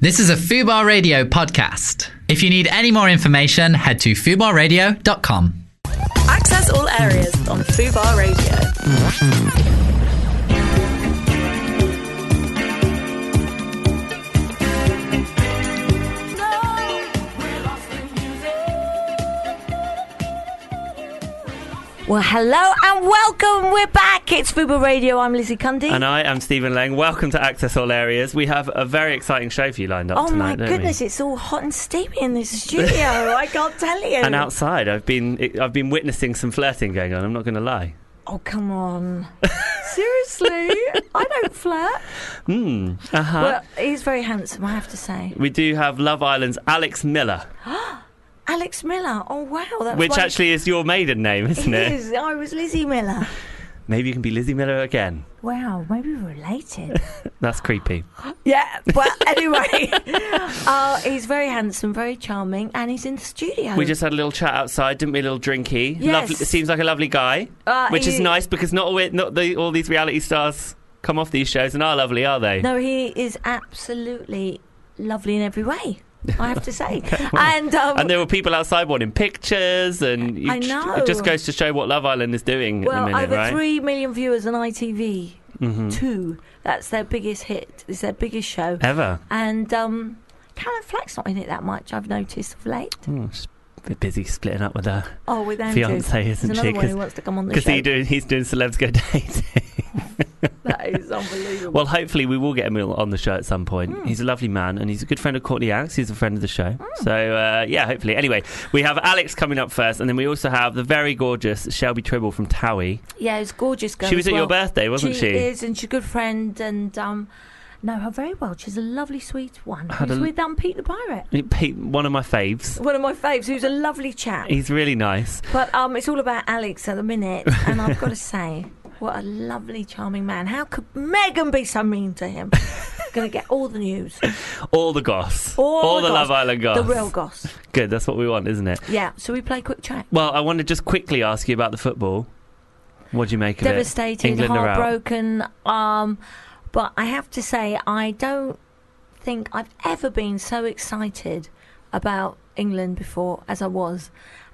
This is a Fubar Radio podcast. If you need any more information, head to fubarradio.com. Access all areas on Fubar Radio. Well, hello and welcome. We're back. It's Fubu Radio. I'm Lizzie Cundy. And I am Stephen Lang. Welcome to Access All Areas. We have a very exciting show for you lined up oh tonight, my don't goodness, it's all hot and steamy in this studio. I can't tell you. we? And outside, I've been I've been witnessing some flirting going on. I'm not going to lie. oh, come on. Seriously, I don't flirt. Hmm. Uh huh. Well, he's very handsome, I have to say. we do have Love Island's Alex Miller, Alex Miller. Oh wow, that's which why- actually is your maiden name, isn't It it? is. I was Lizzie Miller. Maybe you can be Lizzie Miller again. Wow, maybe we're related. That's creepy. yeah, well, anyway, uh, he's very handsome, very charming, and he's in the studio. We just had a little chat outside, didn't we? A little drinky. Yes. Lovely, seems like a lovely guy, Uh, which is he- nice because not all, not the, all these reality stars come off these shows and are lovely, are they? No, he is absolutely lovely in every way. I have to say, and um, And there were people outside wanting pictures, and you I tr- know. it just goes to show what Love Island is doing well, at the minute, over right? Mm-hmm. three million viewers on ITV Hmm. two. That's their biggest hit. It's their biggest show. Ever. And um, Callum Flack's not in it that much. I've noticed of late. Mm, she's a bit busy splitting up with her Oh, with Andrew, fiance, There's isn't another she? one who wants to come on the Because show. he doing, he's doing celebs go dating. That is unbelievable. well, hopefully we will get him on the show at some point. Hmm. He's a lovely man, and he's a good friend of Courtney Alex. He's a friend of the show. So uh, yeah, hopefully. Anyway, we have Alex coming up first, and then we also have the very gorgeous Shelby Tribble from Towie. yeah, it's a gorgeous girl. She was as at your well. birthday, wasn't she? is, and she's a good friend, and um, know her very well. She's a lovely, sweet one. Had Who's a- with um, Pete the Pirate. Pete, one of my faves. One of my faves, who's a lovely chap. He's really nice. But um, it's all about Alex at the minute, and I've got to say, what a lovely, charming man. How could Megan be so mean to him? Going to get all the news, All the goss. All the the goss. Love Island goss. the real goss. Good, that's what we want, isn't it? Yeah. So we play quick chat. Well, I want to just quickly ask you about the football. What do you make of Devastated, it? England are out. heartbroken. Um, but I have to say, I don't think I've ever been so excited about England before as I was.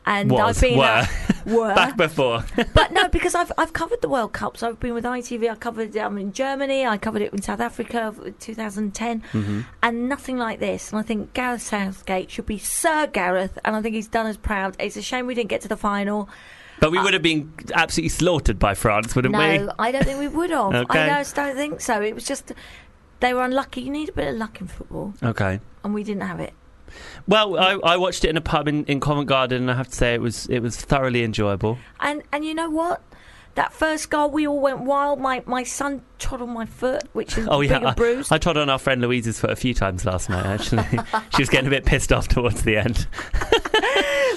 And Was, I've been uh, were. were. Back before. but no, because I've I've covered the World Cups. I've been with ITV. I covered um, in Germany. I covered it in South Africa, 2010, and nothing like this. And I think Gareth Southgate should be Sir Gareth, and I think he's done us proud. It's a shame we didn't get to the final. but we would have been absolutely slaughtered by France, wouldn't no, we? I don't think we would have. Okay. I just don't think so. It was just they were unlucky. You need a bit of luck in football, Okay. and we didn't have it. Well, I, I watched it in a pub in, in Covent Garden, and I have to say it was it was thoroughly enjoyable. And and you know what? That first goal, we all went wild. My my son trod on my foot, which is Oh big yeah, and bruised. I, I trod on our friend Louise's foot a few times last night. Actually, she was getting a bit pissed off towards the end.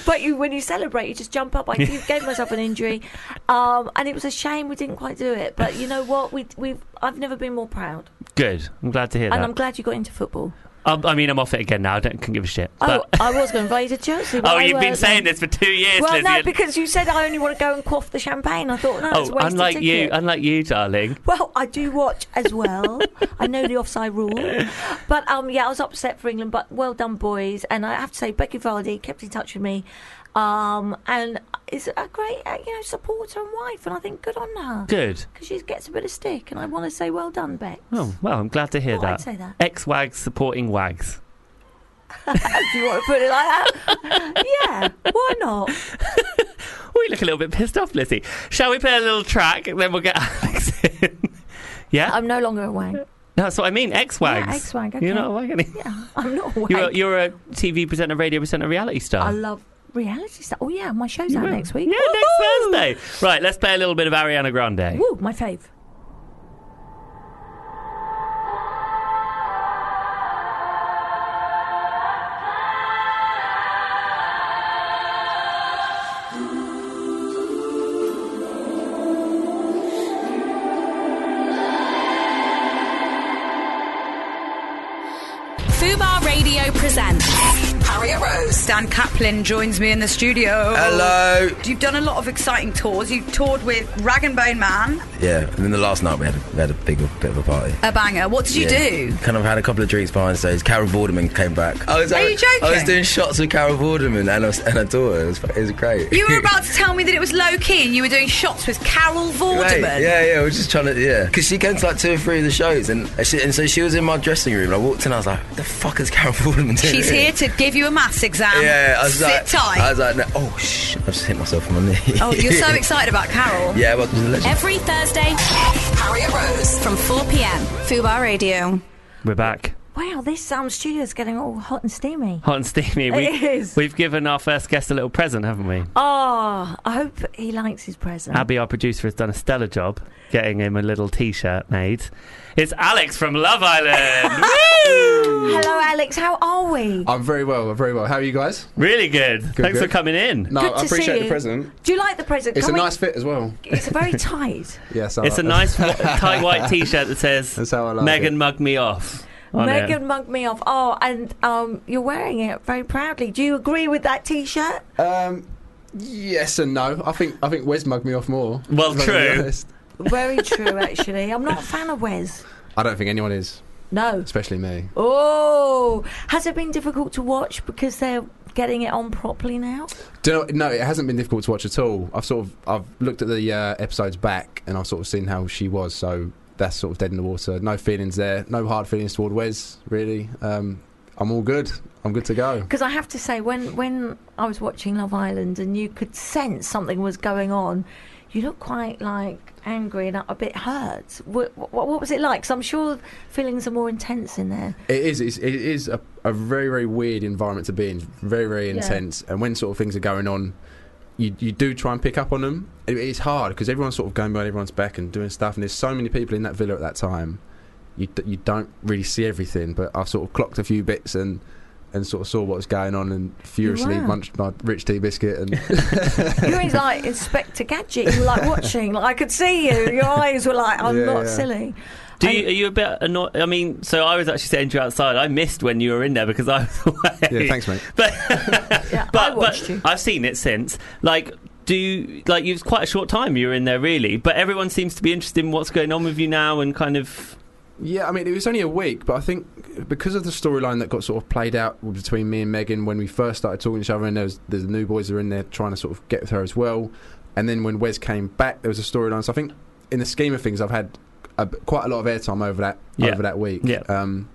But you, when you celebrate, you just jump up. I gave myself an injury, um, and it was a shame we didn't quite do it. But you know what? We, we've I've never been more proud, Good. I'm glad to hear and that. I'm glad you got into football. I'm, I mean, I'm off it again now. I don't couldn't give a shit. Oh, But- I was going to invite you to Chelsea. but oh, I you've been weren't. saying this for two years, Well, Lizzie. no, because you said I only want to go and quaff the champagne. I thought no, it's a oh, waste of unlike you, ticket. unlike you, darling. Well, I do watch as well. I know the offside rule. But um, yeah, I was upset for England, but well done, boys. And I have to say, Becky Vardy kept in touch with me. Um, and is a great, uh, you know, supporter and wife. And I think good on her. Good. Because she gets a bit of stick. And I want to say, well done, Beck. Oh, well, I'm glad to hear Oh, that. I'd say that. Ex wags supporting wags. If you want to put it like that. yeah, why not? Oh, you look a little bit pissed off, Lizzie. Shall we play a little track and then we'll get Alex in? yeah? I'm no longer a wang. no, that's what I mean. Ex wags. Yeah, ex-wag, You're okay. not a wag anymore. Yeah, I'm not a wang. You're, you're a TV presenter, radio presenter, reality star. I love reality stuff. Oh, yeah, my show's You out will. next week. Yeah, Woo-hoo! next Thursday. Right, let's play a little bit of Ariana Grande. Woo, my fave. Fubar Radio presents Harriet Rose. Dan Kaplan joins me in the studio. Hello. You've done a lot of exciting tours. You've toured with Rag and Bone Man, Yeah, and then the last night we had a, we had a big bit of a party. a banger. What did you Yeah. do? Kind of had a couple of drinks behind stage. Carol Vorderman came back. I was, Are you joking? I was doing shots with Carol Vorderman and, I was, and her daughter. It was, fu- it was great. You were about to tell me that it was low key and you were doing shots with Carol Right, Vorderman. yeah, yeah, we're just trying to, yeah. Because she came to like two or three of the shows, and she, and so she was in my dressing room. And I walked in, I was like, "The fuck is Carol Vorderman doing?" She's here to give you a maths exam. Yeah, I was Sit like, tight. I was like, no, "Oh shh!" I just hit myself on my knee. oh, you're so excited about Carol. yeah, welcome to the legend. Every Thursday Harriet Rose. from 4 p.m. Fubar Radio. We're back. Wow, this um, studio's getting all hot and steamy. Hot and steamy. We, It is. We've given our first guest a little present, haven't we? Oh, I hope he likes his present. Abby, our producer, has done a stellar job getting him a little T-shirt made. It's Alex from Love Island. Woo! Hello, Alex. How are we? I'm very well. I'm very well. How are you guys? Really good. Thanks for good. coming in. No, Good I to appreciate see the you. present. Do you like the present? It's Can a we- nice fit as well. It's very tight. Yes, uh, I It's a like nice wh- tight white T-shirt that says That's how I like "Megan it. mugged me off." on it. Megan mugged me off. Oh, and um, you're wearing it very proudly. Do you agree with that T-shirt? that. Um, yes and no. I think I think Wes mugged me off more. Well, if I'm gonna be true. honest. Very true, actually. I'm not a fan of Wes. I don't think anyone is, No. especially me. Oh, has it been difficult to watch because they're getting it on properly now? Do you know, no, it hasn't been difficult to watch at all. I've sort of I've looked at the uh, episodes back and I've sort of seen how she was. So that's sort of dead in the water. No feelings there. No hard feelings toward Wes. Really. Um, I'm all good. I'm good to go. Because I have to say, when when I was watching Love Island and you could sense something was going on, you looked quite like angry and a bit hurt. What, what, what was it like? 'Cause I'm sure feelings are more intense in there. It is. It's, it is a, a very, very weird environment to be in. Very, very intense. And when sort of things are going on, you you do try and pick up on them. It, it's hard because everyone's sort of going behind everyone's back and doing stuff. And there's so many people in that villa at that time. You d- you don't really see everything, but I sort of clocked a few bits and. And sort of saw what was going on, and furiously were. munched my rich tea biscuit. And You were like Inspector Gadget. You were like watching. Like, I could see you. Your eyes were like, I'm Yeah, not yeah. silly. Do I- you, are you a bit annoyed? I mean, so I was actually saying to you outside. I missed when you were in there because I was away. yeah, thanks, mate. But Yeah, but, I watched but you. I've seen it since. Like, do you, like it was quite a short time you were in there, really. But everyone seems to be interested in what's going on with you now and kind of. Yeah, I mean, it was only a week, but I think because of the storyline that got sort of played out between me and Megan when we first started talking to each other, and there was, the new boys that were in there trying to sort of get with her as well. And then when Wes came back, there was a storyline. So I think, in the scheme of things, I've had a, b- quite a lot of airtime over that Yeah. over that week. Yeah. Um,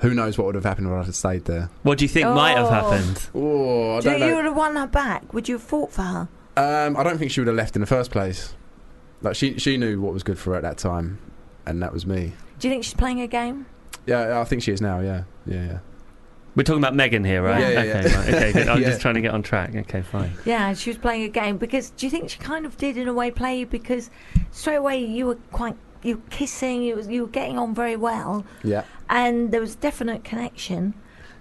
who knows what would have happened if I had stayed there? What do you think might have Oh. happened? Oh, I Do you, don't you know. would have won her back. Would you have fought for her? Um, I don't think she would have left in the first place. Like she, she knew what was good for her at that time, and that was me. Do you think she's playing a game? Yeah, I think she is now. Yeah, yeah, yeah. We're talking about Megan here, right? Yeah, yeah, okay, yeah. right, okay. Good. I'm Yeah. just trying to get on track. Okay, fine. Yeah, she was playing a game because do you think she kind of did in a way play you because straight away you were quite you were kissing, you was you were getting on very well, Yeah. and there was definite connection.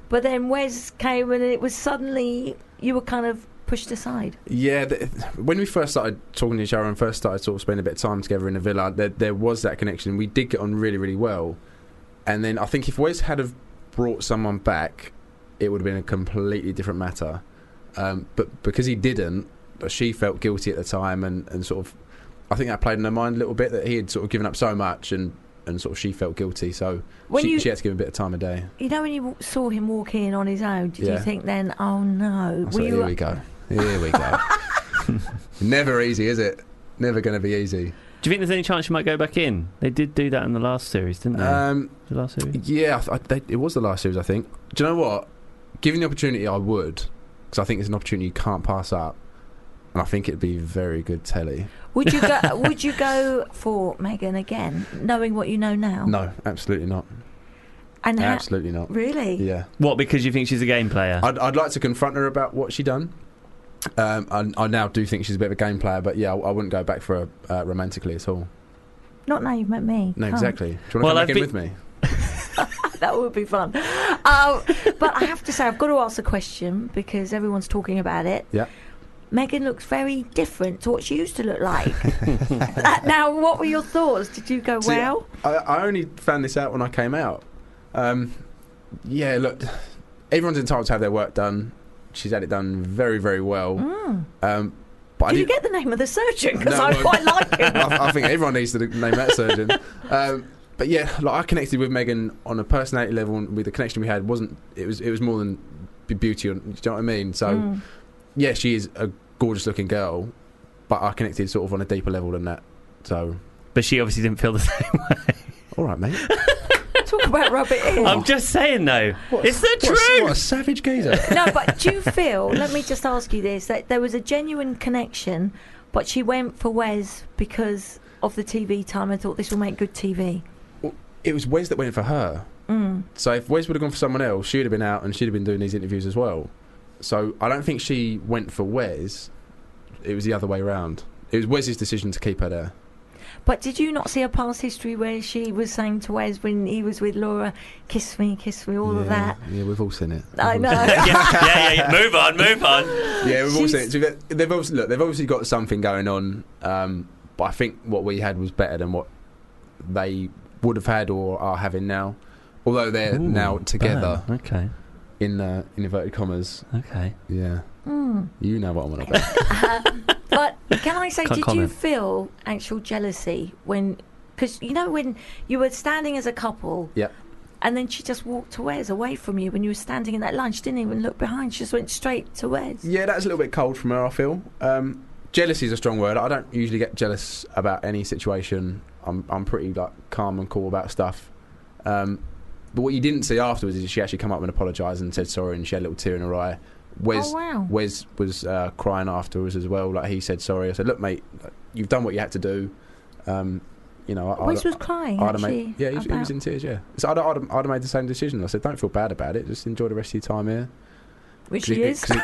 But then Wes came and it was suddenly you were kind of pushed aside. Yeah, th when we first started talking to each other and first started sort of spending a bit of time together in the villa, there, there was that connection. We did get on really, really well. And then I think if Wes had have brought someone back, it would have been a completely different matter. Um, but because he didn't, but she felt guilty at the time and, and sort of, I think that played in her mind a little bit that he had sort of given up so much and, and sort of she felt guilty. So When she, you- she had to give him a bit of time of day. You know when you w- saw him walk in on his own, did you Yeah. think then, oh no, I were thought, you here we go. Here we go. Never easy, is it? Never going to be easy. Do you think there's any chance you might go back in? They did do that in the last series, didn't they? Um, the last series. Yeah, I th- I, they, it was the last series, I think. Do you know what? Given the opportunity, I would, because I think it's an opportunity you can't pass up, and I think it'd be very good telly. would you go would you go for Megan again, knowing what you know now? No, absolutely not. And how, Absolutely not. really? Yeah, What? Because you think she's a game player? I'd, I'd like to confront her about what she done. Um, and I, now do think she's a bit of a game player, but yeah, I, I wouldn't go back for her uh, romantically at all. Not now you've met me. No, Can't. exactly. Do you want Well, to come I've back in been- with me? that would be fun. Um, but I have to say, I've got to ask a question because everyone's talking about it. Yeah. Megan looks very different to what she used to look like. Uh, now, what were your thoughts? Did you go, See, well? I, I only found this out when I came out. Um, yeah, look, everyone's entitled to have their work done. She's had it done very, very well. Um, but I Mm. Did you did- get the name of the surgeon? Because No, I well- quite like him. I, I think everyone needs to name that surgeon. Um, but yeah, like I connected with Megan on a personality level, and with the connection we had, wasn't it was it was more than be- beauty. Or, do you know what I mean? So Mm. yeah, she is a gorgeous looking girl, but I connected sort of on a deeper level than that. So But she obviously didn't feel the same. all right, mate. Talk about rub it in. I'm just saying, though. it's the What a- truth. What a savage geezer. no, but do you feel? Let me just ask you this: that there was a genuine connection, but she went for Wes because of the TV time. I thought this will make good TV. it was Wes that went for her. Mm. So if Wes would have gone for someone else, she'd have been out and she'd have been doing these interviews as well. So I don't think she went for Wes. It was the other way around. It was Wes's decision to keep her there. But did you not see a past history where she was saying to Wes when he was with Laura, "Kiss me, kiss me," all yeah, of that? Yeah, we've all seen it. I We've all know. yeah, yeah, yeah. Move on, move on. seen it. Yeah, we've all seen She's- it. So they've- they've obviously look. They've obviously got something going on. Um, but I think what we had was better than what they would have had or are having now. Although they're now together Burn. Okay, in uh, in inverted commas. okay. Yeah, Mm. you know what I'm on about. But can I say, Can't did you comment. feel actual jealousy when? Because you know when you were standing as a couple, Yep. and then she just walked to Wes away from you when you were standing in that line. She didn't even look behind; she just went straight to Wes. Yeah, that's a little bit cold from her. I feel um, jealousy is a strong word. I don't usually get jealous about any situation. I'm I'm pretty like calm and cool about stuff. Um, but what you didn't see afterwards is she actually come up and apologised and said sorry, and she had a little tear in her eye. Wes oh wow! Wes was uh, crying afterwards as well. Like he said sorry. I said, look, mate, you've done what you had to do. Um, you know, I, Wes I'd, was crying I'd have actually. made, yeah, he was, he was about- in tears. Yeah, so I'd, I'd, I'd have made the same decision. I said, don't feel bad about it. Just enjoy the rest of your time here. which Cause he it- is. cause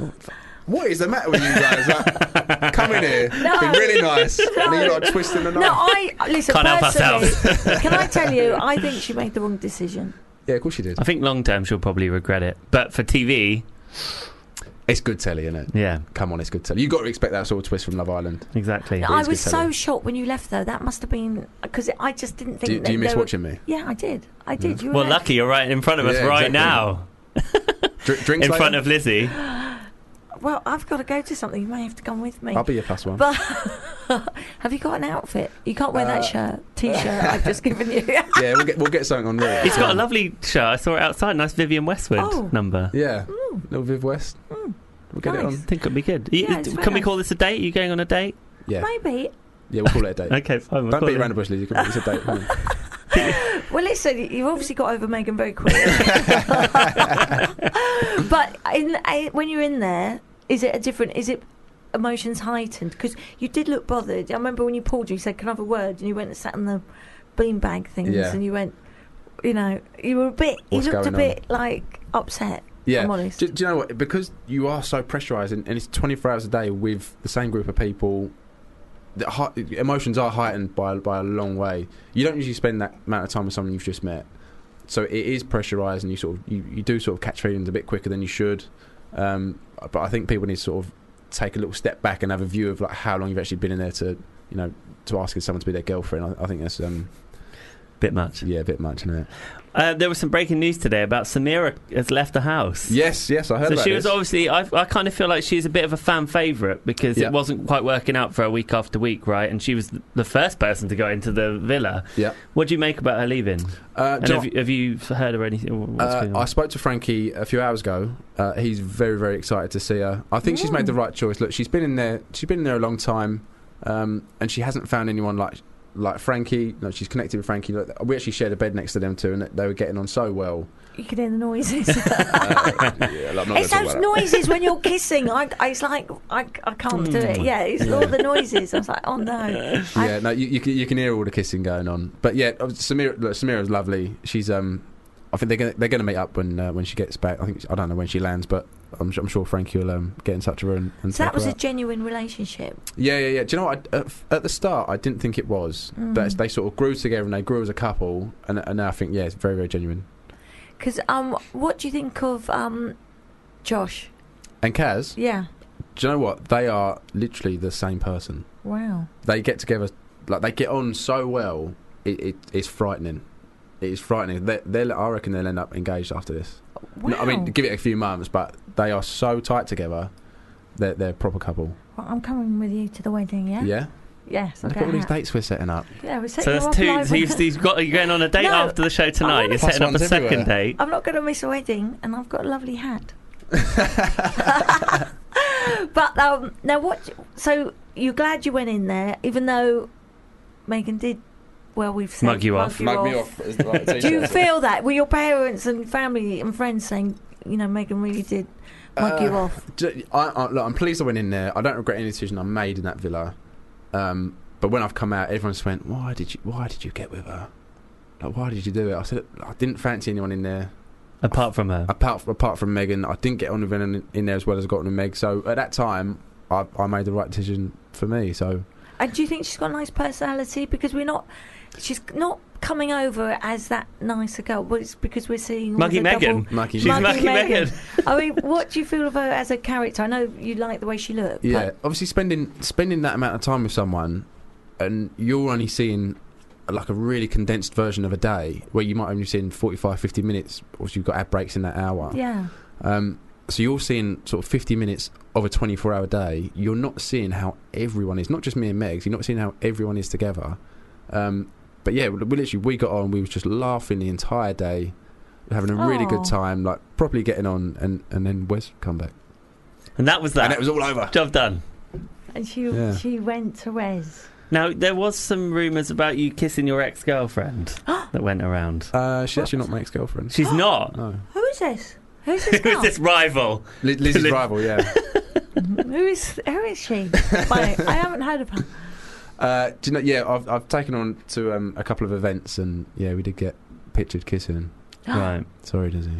it- what is the matter with you guys? Like, come in here, No. been really nice, and then you're like twisting the No, knife. I listen. Can't help personally, can I tell you? I think she made the wrong decision. yeah, of course you did. I think long term she'll probably regret it, but for TV, It's good telly, isn't it? yeah, Come on, it's good telly. You've got to expect that sort of twist from Love Island. exactly. I is was good so telly. shocked when you left, though. That must have been because I just didn't think. Do, that do you miss there were- watching Mm. me? Yeah, I did. I did. You were well, there. lucky you're right in front of us Yeah, right exactly. now, Dr- drinks in later? front of Lizzie. Well, I've got to go to something. You may have to come with me. I'll be your plus one. But have you got an outfit? You can't wear Uh, that shirt, t-shirt I've just given you. yeah, we'll get we'll get something on there. He's got a lovely shirt. I saw it outside. Nice Vivian Westwood Oh. number. Yeah, little Viv West. We'll get it Mm. Nice. on. I think it'd be good. You- Yeah, it's can very we nice. call this a date? Are you going on a date? Yeah, Maybe. yeah, we'll call it a date. Okay, fine. we'll Don't call beat it. around the bush, Liz. You can it's a date. come on. Well, listen, you've obviously got over Megan very quick. but in, I- when you're in there, is it a different? Is it emotions heightened? Because you did look bothered. I remember when you pulled, you said, "Can I have a word?" and you went and sat on the beanbag things, Yeah. and you went, you know, you were a bit. What's you looked a going on? bit like upset. Yeah. I'm honest. Do, do you know what? Because you are so pressurized and, and it's 24 hours a day with the same group of people, the hi- emotions are heightened by, by a long way. You don't usually spend that amount of time with someone you've just met. So it is pressurized and you sort of you, you do sort of catch feelings a bit quicker than you should. Um, but I think people need to sort of take a little step back and have a view of like how long you've actually been in there to you know to asking someone to be their girlfriend. I, I think that's um, Bit much. yeah a bit much, isn't it? Uh, there was some breaking news today about Samira has left the house. Yes, yes, I heard So about she this. was obviously. I, I kind of feel like she's a bit of a fan favorite because Yeah. it wasn't quite working out for her week after week, right? And she was th- the first person to go into the villa. Yeah. What do you make about her leaving? uh, And do you know have, you, have you heard or anything? or what's Uh, going on? I spoke to Frankie a few hours ago. Uh, he's very, very excited to see her. I think she's made Mm. the right choice. Look, she's been in there. She's been in there a long time, um, and she hasn't found anyone like like Frankie. No, she's connected with Frankie. Look, we actually shared a bed next to them too, and they were getting on so well. You can hear the noises. Uh, yeah, like, I'm not gonna it's talk those about that. noises when you're kissing. I, I- it's like I, I can't do Hmm. it. Yeah, it's all the noises. I was like, oh no. I- Yeah, no, you, you, can, you can hear all the kissing going on. But yeah, uh, Samira, look, Samira's lovely. She's um, I think they're gonna, they're going to meet up when uh, when she gets back. I think I don't know when she lands, but I'm, su- I'm sure Frankie will um, get in touch with her and, and so that take her was a out. genuine relationship. Yeah, yeah, yeah. Do you know what? I, at, f- at the start, I didn't think it was, but Mm. it's- they sort of grew together and they grew as a couple, and, and now I think yeah, it's very, very genuine. Because um, what do you think of um, Josh? And Kaz, Yeah. do you know what? They are literally the same person. Wow. They get together, like they get on so well. It, it it's frightening. It is frightening. They, they'll, I reckon they'll end up engaged after this. No, I Wow. mean, give it a few months, but they are so tight together. They're, they're a proper couple. Well, I'm coming with you to the wedding, yeah? Yeah. Yes, I'll Look get at all these out. dates we're setting up. Yeah, we're So setting that's them up two. live. So you've, you've got you're going on a date No, after the show tonight. You're Plus setting up a ones second everywhere. date. I'm not going to miss a wedding, and I've got a lovely hat. but um, now, what? So you're glad you went in there, even though Megan did. Well, we've said, Mug you off. Mug me off is the right Do you t-shirt. feel that? Were your parents and family and friends saying, you know, Megan really did mug you Uh, off? J- I, I- look, I'm pleased I went in there. I don't regret any decision I made in that villa. Um, but when I've come out, everyone's went, "Why did you? Why did you get with her? Like, why did you do it?" I said, "I didn't fancy anyone in there Apart from her, apart apart from Megan. I didn't get on with anyone in there as well as I got on with Meg. So at that time, I, I made the right decision for me. So And do you think she's got a nice personality? Because we're not, she's not coming over as that nicer girl. Well, it's because we're seeing all Muggy the double- Megan. Mikey, She's Muggy Muggy Megan. I mean, what do you feel of her as a character? I know you like the way she looked. yeah, obviously spending spending that amount of time with someone, and you're only seeing like a really condensed version of a day where you might only seen 45, 50 minutes, or you've got ad breaks in that hour. but- yeah. Um, so you're seeing sort of 50 minutes of a 24 hour day. You're not seeing how everyone is, not just me and Megs, you're not seeing how everyone is together. Um, but yeah, we, we literally, we got on, we was just laughing the entire day, having a really Aw. good time, like properly getting on, and, and then Wes come back. and that was that. And it was all over. Job done. And she Yeah. she went to Res. Now there was some rumours about you kissing your ex-girlfriend that went around. Uh, she's actually not my ex girlfriend. She's not. No. Who is this? Who's this Who girl? is this rival? Liz, Liz's Liz- rival, yeah. Mm, Who is who is she? Wait, I haven't heard of her. Uh, do you know, yeah, I've, I've taken on to um, a couple of events, and yeah, we did get pictured kissing. right. Sorry, Dizzy.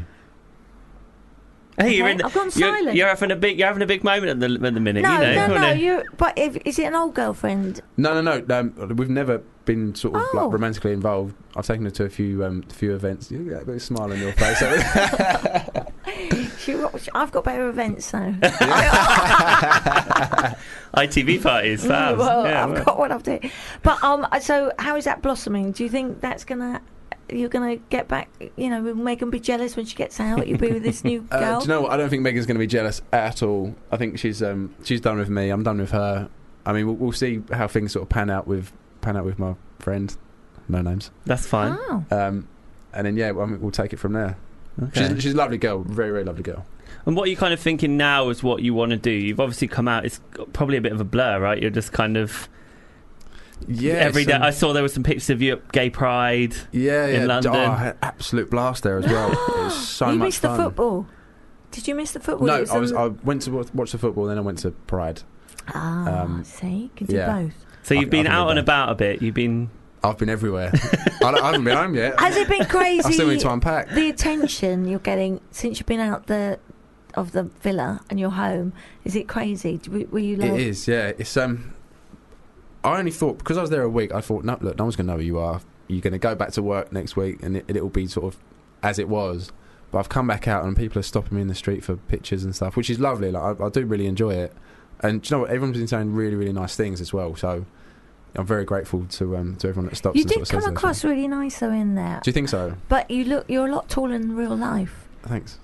Hey, you're Okay, in. The, I've gone you're, silent. you're having a big. You're having a big moment at the, at the minute. no, you know. no, Come no. on in. You, but if, is it an old girlfriend? No, no, no. Um, we've never been sort of Oh. like romantically involved. I've taken her to a few um, few events. You got a bit of smile on your face. Uh, She, she- I've got better events though. ITV parties. Fabs. Mm, well, yeah, I've well. got what I've done. But um, so how is that blossoming? Do you think that's gonna you're gonna get back? You know, will Megan be jealous when she gets out? You'll be with this new girl. uh, do you know what? I don't think Megan's going to be jealous at all. I think she's um, she's done with me. I'm done with her. I mean, we'll, we'll see how things sort of pan out with pan out with my friend. No names. That's fine. Oh. Um, and then yeah, well, I mean, we'll take it from there. Okay. She's, she's a lovely girl. Very, very lovely girl. And what are you kind of thinking now is what you want to do? You've obviously come out. It's probably a bit of a blur, right? You're just kind of Yeah. every day. so- I saw there were some pictures of you at Gay Pride. um, yeah, yeah. in London. Oh, I had an absolute blast there as well. it was so you much missed fun. the football. um, Did you miss the football? It No, I was. on- I went to wa- watch the football, then I went to Pride. Ah, um, see, you can do yeah. both. So I- you've been I've out and been there. about a bit. You've been. I've been everywhere. I, don't- I haven't been home yet. Has it been I still crazy? need to unpack. the attention you're getting since you've been out the of the villa and your home is it crazy? Do- Were you It like? is, yeah. It's um. I only thought because I was there a week. I thought, no, look, no one's gonna know who you are. You're gonna go back to work next week, and it, it'll be sort of as it was. But I've come back out, and people are stopping me in the street for pictures and stuff, which is lovely. Like I, I do really enjoy it. And do you know what? Everyone's been saying really, really nice things as well. So I'm very grateful to um to everyone that stops. You and did sort of come says those across things. really nice though in there, Do you think so? but you look you're a lot taller in real life. Thanks.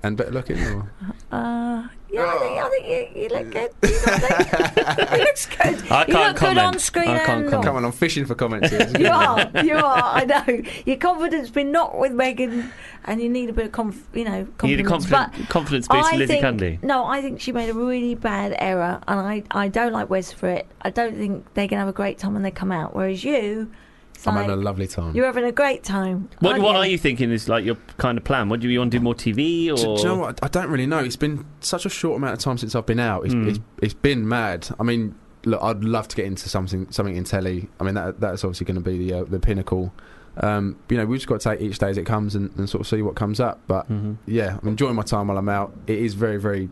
And better looking. Or? Uh, yeah, Oh. I think, I think you, you look good. You look, you looks good. I you look can't good comment. on screen I and can't off. Come on, I'm fishing for comments here. You are, you are. I know your confidence been not with Megan, and you need a bit of conf, you know, You need a confidence. but confidence, confidence boost, I from Lizzie think, Cundy. No, I think she made a really bad error, and I, I don't like Wes for it. I don't think they're going to have a great time when they come out. Whereas you, it's I'm like, having a lovely time. you're having a great time. What, aren't what are you thinking is like your kind of plan? What do you, want to do more TV or? Do, do you know what? I I don't really know. It's been such a short amount of time since I've been out. It's, Hmm. it's, it's been mad. I mean, look, I'd love to get into something something in telly. I mean, that that's obviously going to be the uh, the pinnacle. Um, you know, we've just got to take each day as it comes and, and sort of see what comes up. But Mhm. yeah, I'm enjoying my time while I'm out. It is very very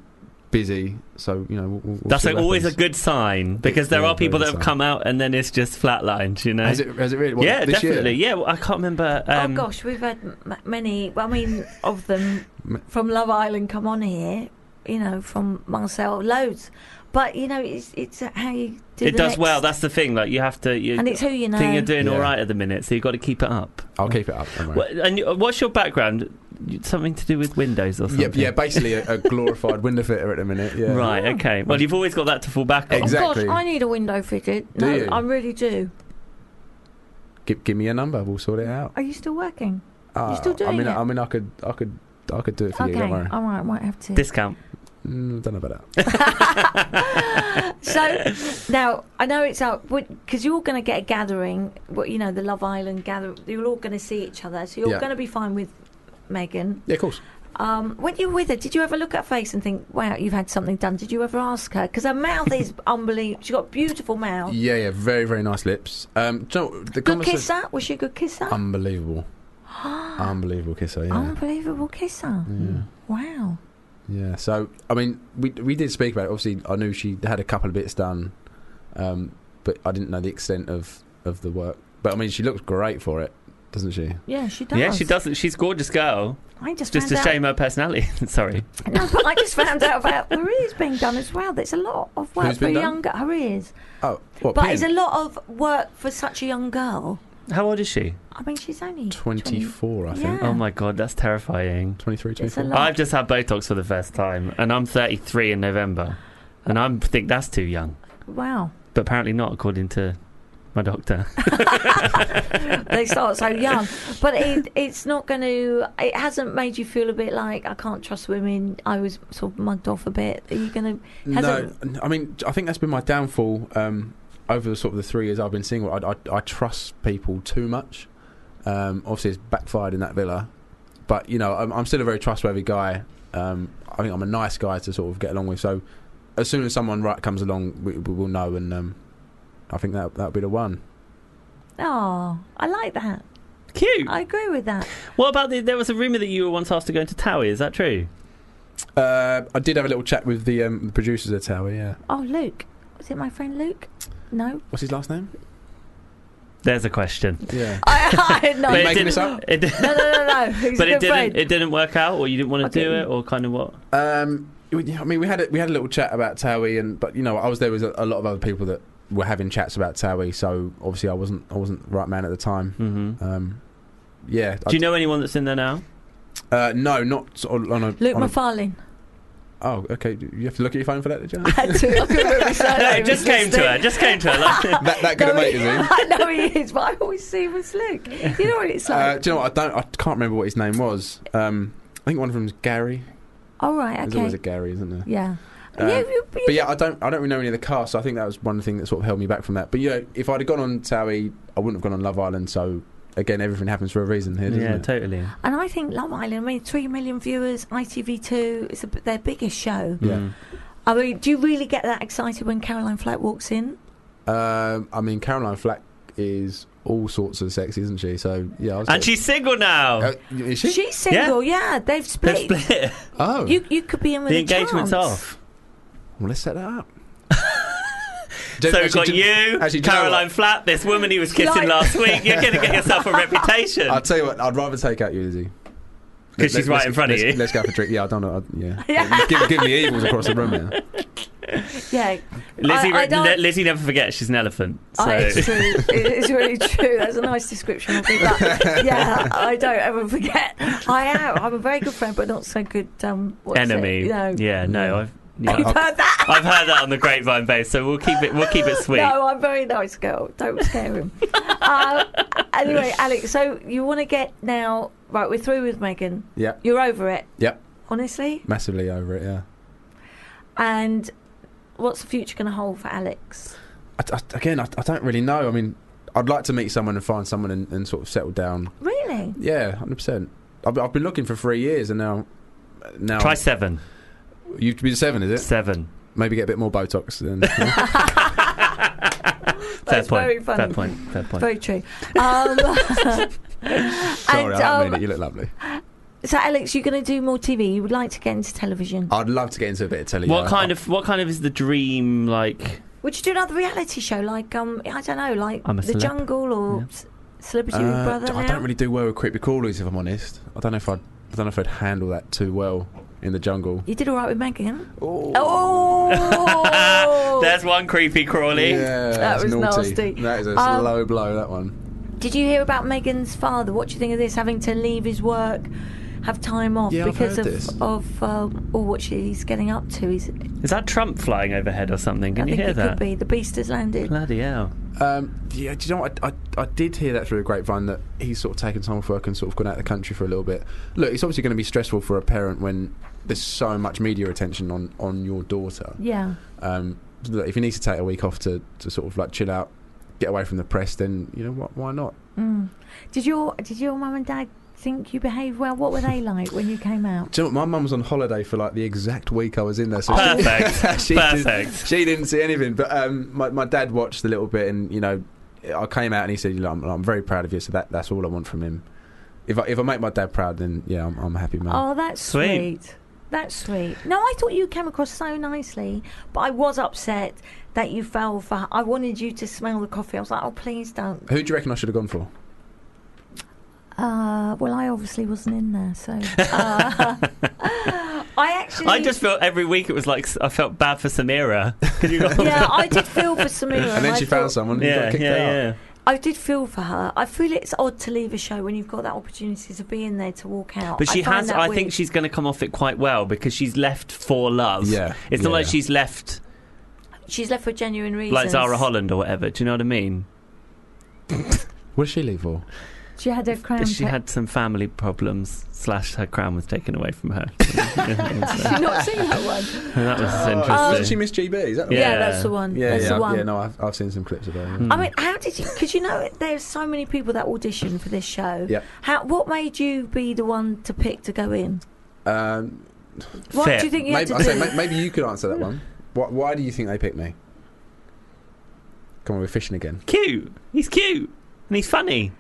busy. So you know, we'll, we'll That's see like what always a happens. good sign because It's there very, are people that very have sign. come out and then it's just flatlined. You know. Has it, has it really? What, yeah, this definitely. Year? Yeah, well, I can't remember. Um, oh gosh, we've had m- many. Well, I mean, of them from Love Island come on here. you know, from Marcel loads. But you know, it's it's how you do. it the does next- well. That's the thing. Like you have to. You and it's who you know. think you're doing all Yeah. right at the minute, so you've got to keep it up. I'll keep it up. Don't worry. Wha- and you, what's your background? You- Something to do with Windows or yeah, something? yeah, basically a, a glorified window fitter at the minute. Yeah. Right. Okay. Well, you've always got that to fall back on. Exactly. Oh gosh, I need a window fitted. Do no, you? I really do. Give, give me a number. We'll sort it out. Are you still working? Uh, still doing I mean, it? I mean, I could, I could, I could do it for okay, Oh. you. Don't worry. all right, might have to. Discount. Mm, don't know about that. so now I know it's out because you're all going to get a gathering. Well, you know the Love Island gathering. You're all going to see each other, so you're Yeah. going to be fine with Megan. Yeah, of course. Um, when you were with her, did you ever look at her face and think, "Wow, you've had something done"? Did you ever ask her? Because her mouth is unbelievable. She's got a beautiful mouth. Yeah, yeah, very, very nice lips. Um, do you know, the Oh. Good conversation- kisser. Was she a good kisser? Unbelievable. Unbelievable kisser. Um, Yeah. Oh. Unbelievable kisser. yeah. Wow. Yeah. So I mean, we we did speak about it. Obviously, I knew she had a couple of bits done, um, but I didn't know the extent of of the work. But I mean, she looks great for it, doesn't she? Yeah, she does. Yeah, she doesn't. She's a gorgeous girl. I just Just a found out- shame her personality. Sorry. No, but I just found out about her ears being done as well. There's a lot of work Who's for been a done? young girl. Her ears. Oh, what? But Pin? it's a lot of work for such a young girl. How old is she? I mean, she's only 20. 24, I think. Yeah. Oh my god, that's terrifying. 23, It's a 24. lot. I've just had Botox for the first time, and I'm 33 in November, and I think that's too young. Wow. But apparently not, according to my doctor. they start so young. But it, it's not going to, it hasn't made you feel a bit like, I can't trust women. I was sort of mugged off a bit. Are you going to, No, hasn't, I mean, I think that's been my downfall um, over the sort of the three years I've been single. I, I, I trust people too much. Um, obviously, it's backfired in that villa, but you know, I'm, I'm still a very trustworthy guy. Um, I think I'm a nice guy to sort of get along with. So, as soon as someone right comes along, we, we will know, and um, I think that that'll be the one. oh, I like that. Cute. I agree with that. What about the? There was a rumor that you were once asked to go into Towie. Is that true? Uh, I did have a little chat with the, um, the producers of Tower. Yeah, Oh, Luke. Was it my friend Luke? No. what's his last name? There's a question. Yeah, I, I, no. But it Are you no, making didn't- this up? It, no, no, no. He's but a it good didn't. friend. It didn't work out, or you didn't want to Okay. do it, or kind of what? Um, we- I mean, we had a, we had a little chat about Towie, and but you know, I was there was a, a lot of other people that were having chats about Towie, so obviously I wasn't I wasn't the right man at the time. hmm Um, yeah, Do you know anyone that's in there now? know? Uh, no, not sort of on a. Luke on a- McFarlane. oh, okay. do You have to look at your phone for that, did you? I had to. I couldn't remember his surname. No, It it was just came to Luke. her. Just came to her. Like, that that good a mate, is he? I know he is, but I always see him as Luke. You know what it's Uh, like. do you know what? I don't. I can't remember what his name was. Um, I think one of them's Gary. All right, There's okay. always a Gary, isn't there? yeah. Uh, yeah, you, you, But yeah, I don't. I don't really know any of the cast. So I think that was one thing that sort of held me back from that. But you know, if I'd have gone on Towie, I wouldn't have gone on Love Island. So again, everything happens for a reason here, doesn't yeah, it? totally. and I think Love Island. I mean, three million viewers. ITV2 is a, their biggest show. Yeah. Mm. I mean, do you really get that excited when Caroline Flack walks in? Um, I mean, Caroline Flack is all sorts of sexy, isn't she? So yeah, I was And she's single now. Uh, is she? She's single. Yeah, they've They've split. split. oh, You you could be in with the a engagement's chance. off. well, let's set that up. so we've got you, actually, do you know Caroline Flatt, this woman he was kissing Like- last week. You're going to get yourself a reputation. I'll tell you what. I'd rather take out you, Lizzie. Because she's Let's- right let's- in front of let's- you. Let's go for a drink. Yeah, I don't know. I, yeah, Yeah. give, give me evils across the room. Yeah. Yeah, Lizzie, I- I re- don't- Le- Lizzie never forgets she's an elephant. So. I, it's true. It- it's really true. That's a nice description of me. But yeah, I don't ever forget. I am. I'm a very good friend, but not so good. Um, what's it? Enemy. No. Yeah, no. I've, yeah, You've I've, heard that. I've heard that on the grapevine base, so we'll keep it. We'll keep it sweet. No, I'm a very nice girl. Don't scare him. uh, anyway, Alex, so you want to get now. Right, we're through with Megan. Yep. You're over it. Yep. Honestly. Massively over it. Yeah. And what's the future going to hold for Alex? I, I, again, I, I don't really know. I mean, I'd like to meet someone and find someone and, and sort of settle down. Really? Yeah, hundred percent. I've, I've been looking for three years, and now, now Try seven. you've been seven, is it? Seven. Maybe get a bit more Botox. And, Fair That's point. very funny. Fair point. Fair point. Very true. Um, Sorry, and, I don't um, mean it. You look lovely. So, Alex, you're going to do more TV. You would like to get into television. I'd love to get into a bit of telly. What kind of what kind of is the dream like? would you do another reality show like um I don't know, like I'm a The celeb. Jungle or Yeah. Ce- Celebrity Big Uh, Brother? I now? don't really do well with creepy crawlies, if I'm honest. I don't know if I'd, I don't know if I'd handle that too well. in the jungle. You did all right with Megan. Oh, Oh, There's one creepy crawly. yeah, that's was naughty. nasty. That is a Um, low blow. That one. Did you hear about Megan's father? What do you think of this? Having to leave his work, have time off Yeah, I've because heard of this. of uh, oh, what she's getting up to. He's, Is that Trump flying overhead or something? I Can you think hear it that? could be the beast has landed. Bloody hell. Um, yeah, do you know what? I, I, I did hear that through the grapevine that he's sort of taken time off work and sort of gone out of the country for a little bit. Look, it's obviously going to be stressful for a parent when there's so much media attention on, on your daughter. Yeah, Um, so look, if he needs to take a week off to, to sort of like chill out, get away from the press, then you know what? Why not? Mm. Did your did your mum and dad think you behaved well? What were they like when you came out? Do you know what? My mum was on holiday for like the exact week I was in there, so she- Perfect. she, Perfect. Did, she didn't see anything. But um, my, my dad watched a little bit, and you know, I came out and he said, "You know, I'm, I'm very proud of you." So that, that's all I want from him. If I, if I make my dad proud, then yeah, I'm, I'm a happy man. Oh, that's Sweet. sweet. That's sweet. No, I thought you came across so nicely, but I was upset that you fell for. I wanted you to smell the coffee. I was like, oh, please don't. Who do you reckon I should have gone for? Uh, well, I obviously wasn't in there, so uh, I actually. I just felt every week it was like s- I felt bad for Samira. 'Cause you got- yeah, I did feel for Samira. And then I she found thought- someone. And yeah, yeah, got yeah, kicked out. yeah. I did feel for her. I feel it's odd to leave a show when you've got that opportunity to be in there to walk out. But she find has. that I weird. think she's going to come off it quite well because she's left for love. Yeah, It's not yeah. like she's left she's left for genuine reasons. like Zara Holland or whatever. Do you know what I mean? What did she leave for? She had her crown. she put- had some family problems. Slash, her crown was taken away from her. You've not seen that one. that was Oh. Wasn't she interesting. Miss GB? Is that the Yeah, Yeah. that's the one. Yeah, that's yeah, the I've- one. yeah. No, I've, I've seen some clips of her. Hmm. yeah. I mean, how did you? Because you know, there's so many people that audition for this show. Yep. How? What made you be the one to pick to go in? Um, What Fair. do you think you maybe, I had to say, do? may- maybe you could answer that one. Why, why do you think they picked me? Come on, we're fishing again. cute. He's cute and he's funny.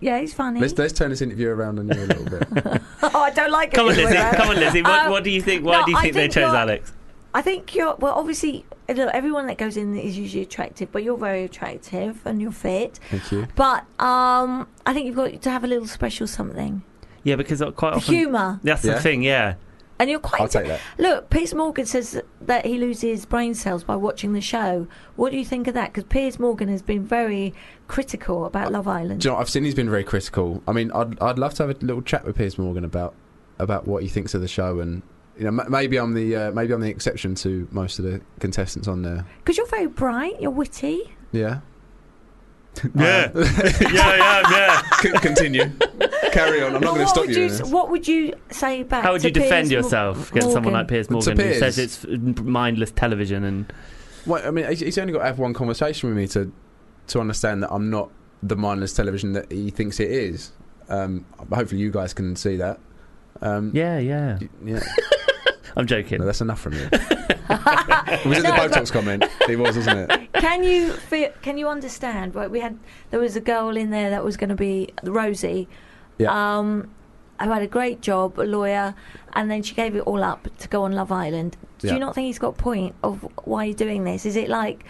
yeah, he's funny. Let's, let's turn this interview around on you a little bit. oh, I don't like it. Come on, this way Lizzie. round. Come on, Lizzie. What, Um, what do you think? Why no, do you I think they think chose what- Alex? I think you're well. Obviously, look, everyone that goes in is usually attractive, but you're very attractive and you're fit. Thank you. But um, I think you've got to have a little special something, Yeah, because quite often humour, that's Yeah. the thing. Yeah, and you're quite. I'll take that. Look, Piers Morgan says that he loses brain cells by watching the show. What do you think of that? Because Piers Morgan has been very critical about Love Island. Do you know, what? I've seen he's been very critical. I mean, I'd, I'd love to have a little chat with Piers Morgan about about what he thinks of the show, and you know, m- maybe I'm the uh, maybe I'm the exception to most of the contestants on there. Because you're very bright, you're witty. Yeah. yeah, yeah, yeah, yeah. Uh, C- continue. Carry on. I'm But not going to stop would you. in s- this. What would you say back? How would to you defend Piers Mor- yourself against someone like Piers To Morgan Piers. who says it's mindless television and Well, I mean, he's- he's only got to have one conversation with me to to understand that I'm not the mindless television that he thinks it is. Um, hopefully, you guys can see that. Um, yeah, yeah. y- yeah. I'm No, joking. that's enough from you. was it the No, Botox comment? It was, wasn't it? Can you feel, can you understand? Right, we had there was a girl in there that was going to be Rosie, Yeah. um, who had a great job, a lawyer, and then she gave it all up to go on Love Island. Do Yeah. you not think he's got a point of why you're doing this? Is it like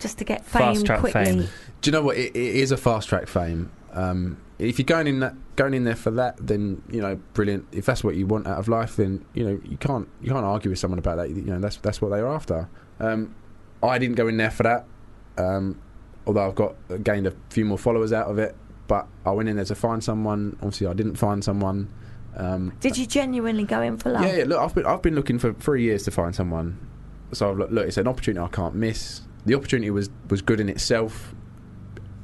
just to get fame Fast track quickly? fame. Do you know what? It, it is a fast track fame. Um, if you're going in that going in there for that, then you know, brilliant. If that's what you want out of life, then you know you can't you can't argue with someone about that. You know that's that's what they're after. Um, I didn't go in there for that, um, although I've got uh, gained a few more followers out of it. But I went in there to find someone. Obviously, I didn't find someone. Um, Did you genuinely go in for love? Yeah, yeah. Look, I've been I've been looking for three years to find someone. So I've look, look, it's an opportunity I can't miss. The opportunity was was good in itself.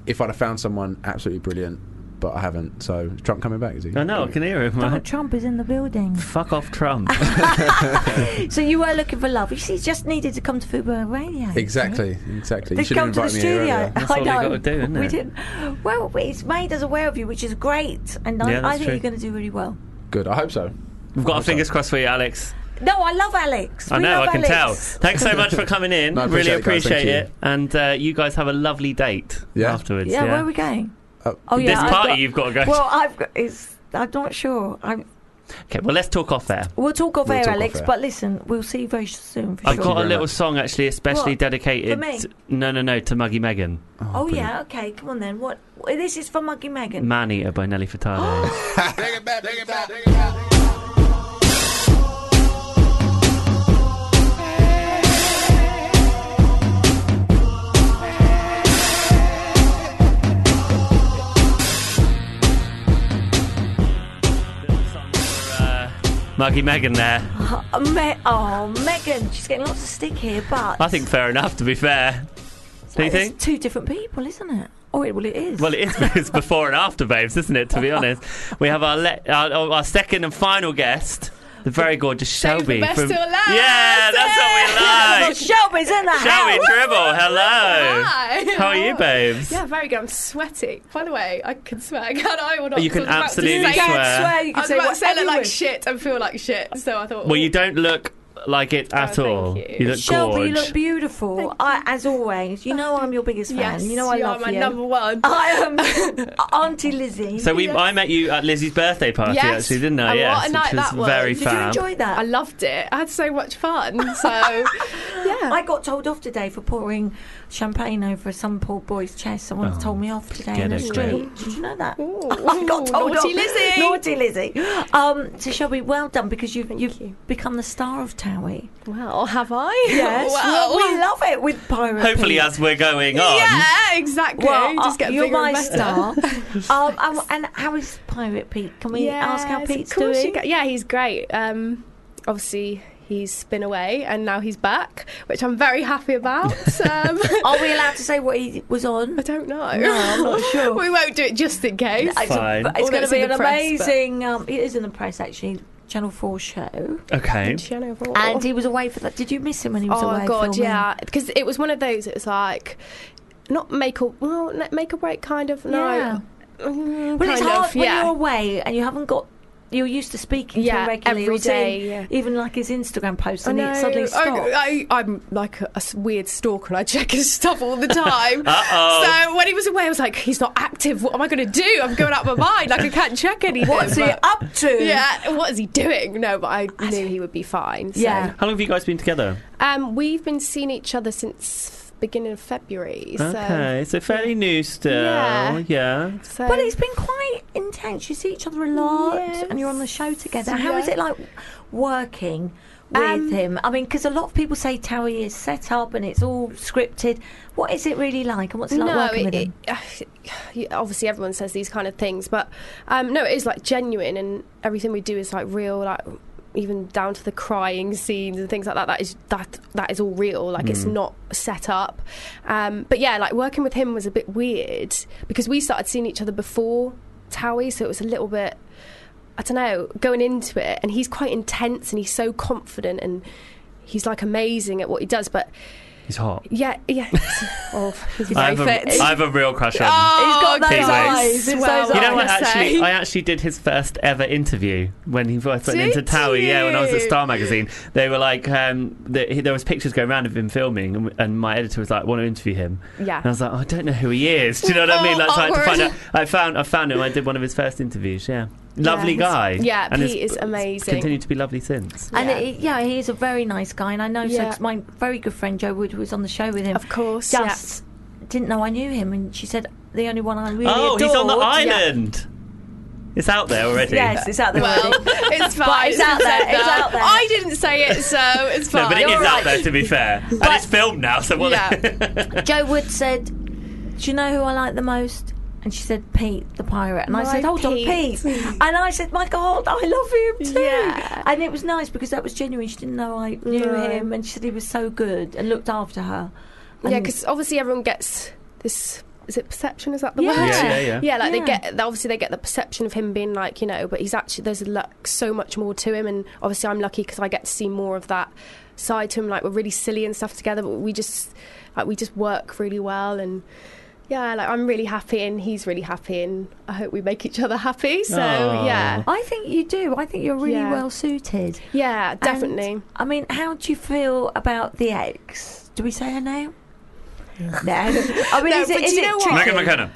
If I'd have found someone, absolutely brilliant. But I haven't. So is Trump coming back is he? I know. I can hear him. Donald Right? Trump is in the building. Fuck off, Trump. so you were looking for love. You see, you just needed to come to Fubo Radio. Exactly, exactly. They've you should have come to the invited me here studio. earlier. That's I all know. you gotta do, isn't we it? didn't. Well, it's made us aware of you, which is great, and I, Yeah, I that's think true. you're going to do really well. Good. I hope so. We've got our fingers crossed for you, Alex. No, I love Alex. I We know. love I can tell. Alex. Thanks so much for coming in. No, I really appreciate it, guys. appreciate Thank it. And uh, you guys have a lovely date Yeah. afterwards. Yeah, where are we going? Oh, Oh yeah, this I've party got- you've got to go. Well, I've got. It's. I'm not sure. I'm, okay, well let's talk off there. we'll talk off We'll air, talk off Alex. air. But listen, we'll see you very soon for I've sure. you got a very little much. song actually, especially What? dedicated. For me? No, no, no, to Muggy Megan. oh yeah, okay. Come on then. What? This is for Muggy Megan. Man Eater by Nelly Furtado. Take it back. Take it back. Marky Megan there. Uh, Me- oh, Megan, she's getting lots of stick here, but I think fair enough, to be fair. it's do you like it's think? two different people, isn't it? Oh, it, well, it is. Well, it is it's before and after babes, isn't it? To be honest, we have our le- our, our second and final guest, the very gorgeous Save the Shelby. best till last. Yeah, well, that's what we like. Shelby's in that Shelby house. Dribble, hello. Hi. How are you, babes? Yeah, very good. I'm sweating. By the way, I can swear. Can I or not? You can I was about to absolutely say- swear. you I can was say about to say I whatever look you like wish. shit and feel like shit. So I thought. oh, Well, you don't look like it at thank all. you. look Shelby, you gorgeous. look beautiful. I, as always, you know I'm your biggest Yes, fan. You know I you love are my you. number one. I am Auntie Lizzie. so we, Yes. I met you at Lizzie's birthday party Yes. actually, didn't I? And yes, what a night which was that was. very Did Did you fab. enjoy that? I loved it. I had so much fun. So yeah. I got told off today for pouring champagne over some poor boy's chest. Someone told me off today in Oh, get the it, street. Did you know that? Ooh. I got told Naughty off. Lizzie. Naughty Lizzie. Um, so Shelby, well done because you've you've become the star of Towie. Well, have I? Well, Wow. we love it with Pirate. Hopefully, Pete. as we're going on, Yeah, exactly. Well, Just uh, get you're bigger my and better. star. um, and, and how is Pirate Pete? Can we ask how Yes, Pete's of course you doing? ca- yeah, he's great. Um, obviously, he's been away and now he's back, which I'm very happy about. Um, Are we allowed to say what he was on? I don't know. No, I'm not sure. we won't do it just in case. It's, Fine. it's Although going to it's be in an the press, but- amazing. Um, it is in the press actually. Channel Four show. okay. Channel four. And he was away for that. Did you miss him when he was oh away? my god, filming? yeah, because it was one of those. It was like not make or well, n- make or break kind of. No, Yeah. Mm, Well, it's kind hard of, when yeah. you're away and you haven't got. You're used to speaking to Yeah, him regularly every or seeing day, yeah. even like his Instagram posts, I and know. Oh, it suddenly stopped. I, I, I'm like a, a s- weird stalker, and I check his stuff all the time. Oh. Uh-oh. So when he was away, I was like, "He's not active. What am I going to do? I'm going out of my mind. Like I can't check anything." What's he but- up to? Yeah, what is he doing? No, but I, knew he would be fine. so. Yeah. How long have you guys been together? Um, we've been seeing each other since beginning of February. So, Okay, so fairly new still. Yeah. yeah. so But it's been quite intense. You see each other a lot, and you're on the show together. How is yeah. it like working with Um, him? I mean, because a lot of people say Towie is set up and it's all scripted. What is it really like, and what's it like working with him? it- you- obviously everyone says these kind of things, but um, no, it is like genuine, and everything we do is like real, like even down to the crying scenes and things like that. That is that that is all real. Like it's Mm. not set up. Um, but yeah, like working with him was a bit weird because we started seeing each other before Towie, so it was a little bit. I don't know, going into it, and he's quite intense and he's so confident and he's like amazing at what he does. But He's hot. yeah, yeah. oh, he's I very have, fit. a, I have a real crush on him. Oh, He's got those okay. eyes. It's Well, those You know eyes. what? I must Actually, say. I actually did his first ever interview when he first went Did into Towie. Yeah, when I was at you? Star Magazine, they were like, um, the, he, there was pictures going around of him filming, and, and my editor was like, "Want to interview him?" Yeah. and I was like, oh, "I don't know who he is." Do you know what I mean? Oh, Like, so I had to find out. awkward. I found, I found him. I did one of his first interviews. Yeah, lovely he's- guy. yeah, he's- Pete is he's amazing. Continued to be lovely since. And Yeah. it, yeah, he is a very nice guy, and I know so Yeah. 'cause my very good friend Joe Wood was on the show with him. Of course, just didn't know I knew him, and she said the only one I really oh, he's on the adored- Yeah. island. It's out there already. Yes, it's out there. Well, already. it's fine. But it's out been there, said it's now. out there. I didn't say it, so it's fine. No, but it is You're out right. there to be fair, and it's filmed now. So what? Yeah. Joe Wood said, "Do you know who I like the most?" And she said, "Pete the pirate." And I My said, "Hold on, Pete." Pete. and I said, "My God, I love him too." Yeah. And it was nice because that was genuine. She didn't know I knew No. him, and she said he was so good and looked after her. Yeah, And- because obviously everyone gets this. Is it perception? Is that the Yeah. word? Yeah, yeah, yeah. Yeah, like Yeah. they get. they- Obviously, they get the perception of him being like you know, but he's actually there's like so much more to him, and obviously I'm lucky because I get to see more of that side to him. Like we're really silly and stuff together, but we just like we just work really well, and yeah, like I'm really happy and he's really happy, and I hope we make each other happy. So Aw. yeah, I think you do. I think you're really Yeah. well suited. yeah, And, definitely. I mean, how do you feel about the ex? Do we say her name? No. I mean, No, is it, but is do you it know what? tricky? Megan McKenna.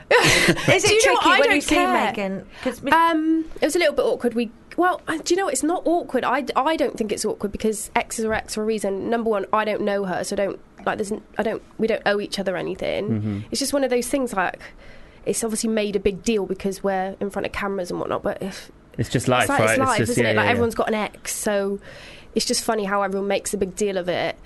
Is it Do you know tricky what? I when don't you see care. Megan? Because Um, it was a little bit awkward. We well, uh, do you know it's not awkward. I, I don't think it's awkward because exes are ex for a reason. Number one, I don't know her, so I don't like. There's n- I don't we don't owe each other anything. Hmm. Mm-hmm. It's just one of those things like. It's obviously made a big deal because we're in front of cameras and whatnot, but if It's just life, it's like right? it's life, just, isn't yeah, it? yeah, Like yeah. everyone's got an ex, so it's just funny how everyone makes a big deal of it.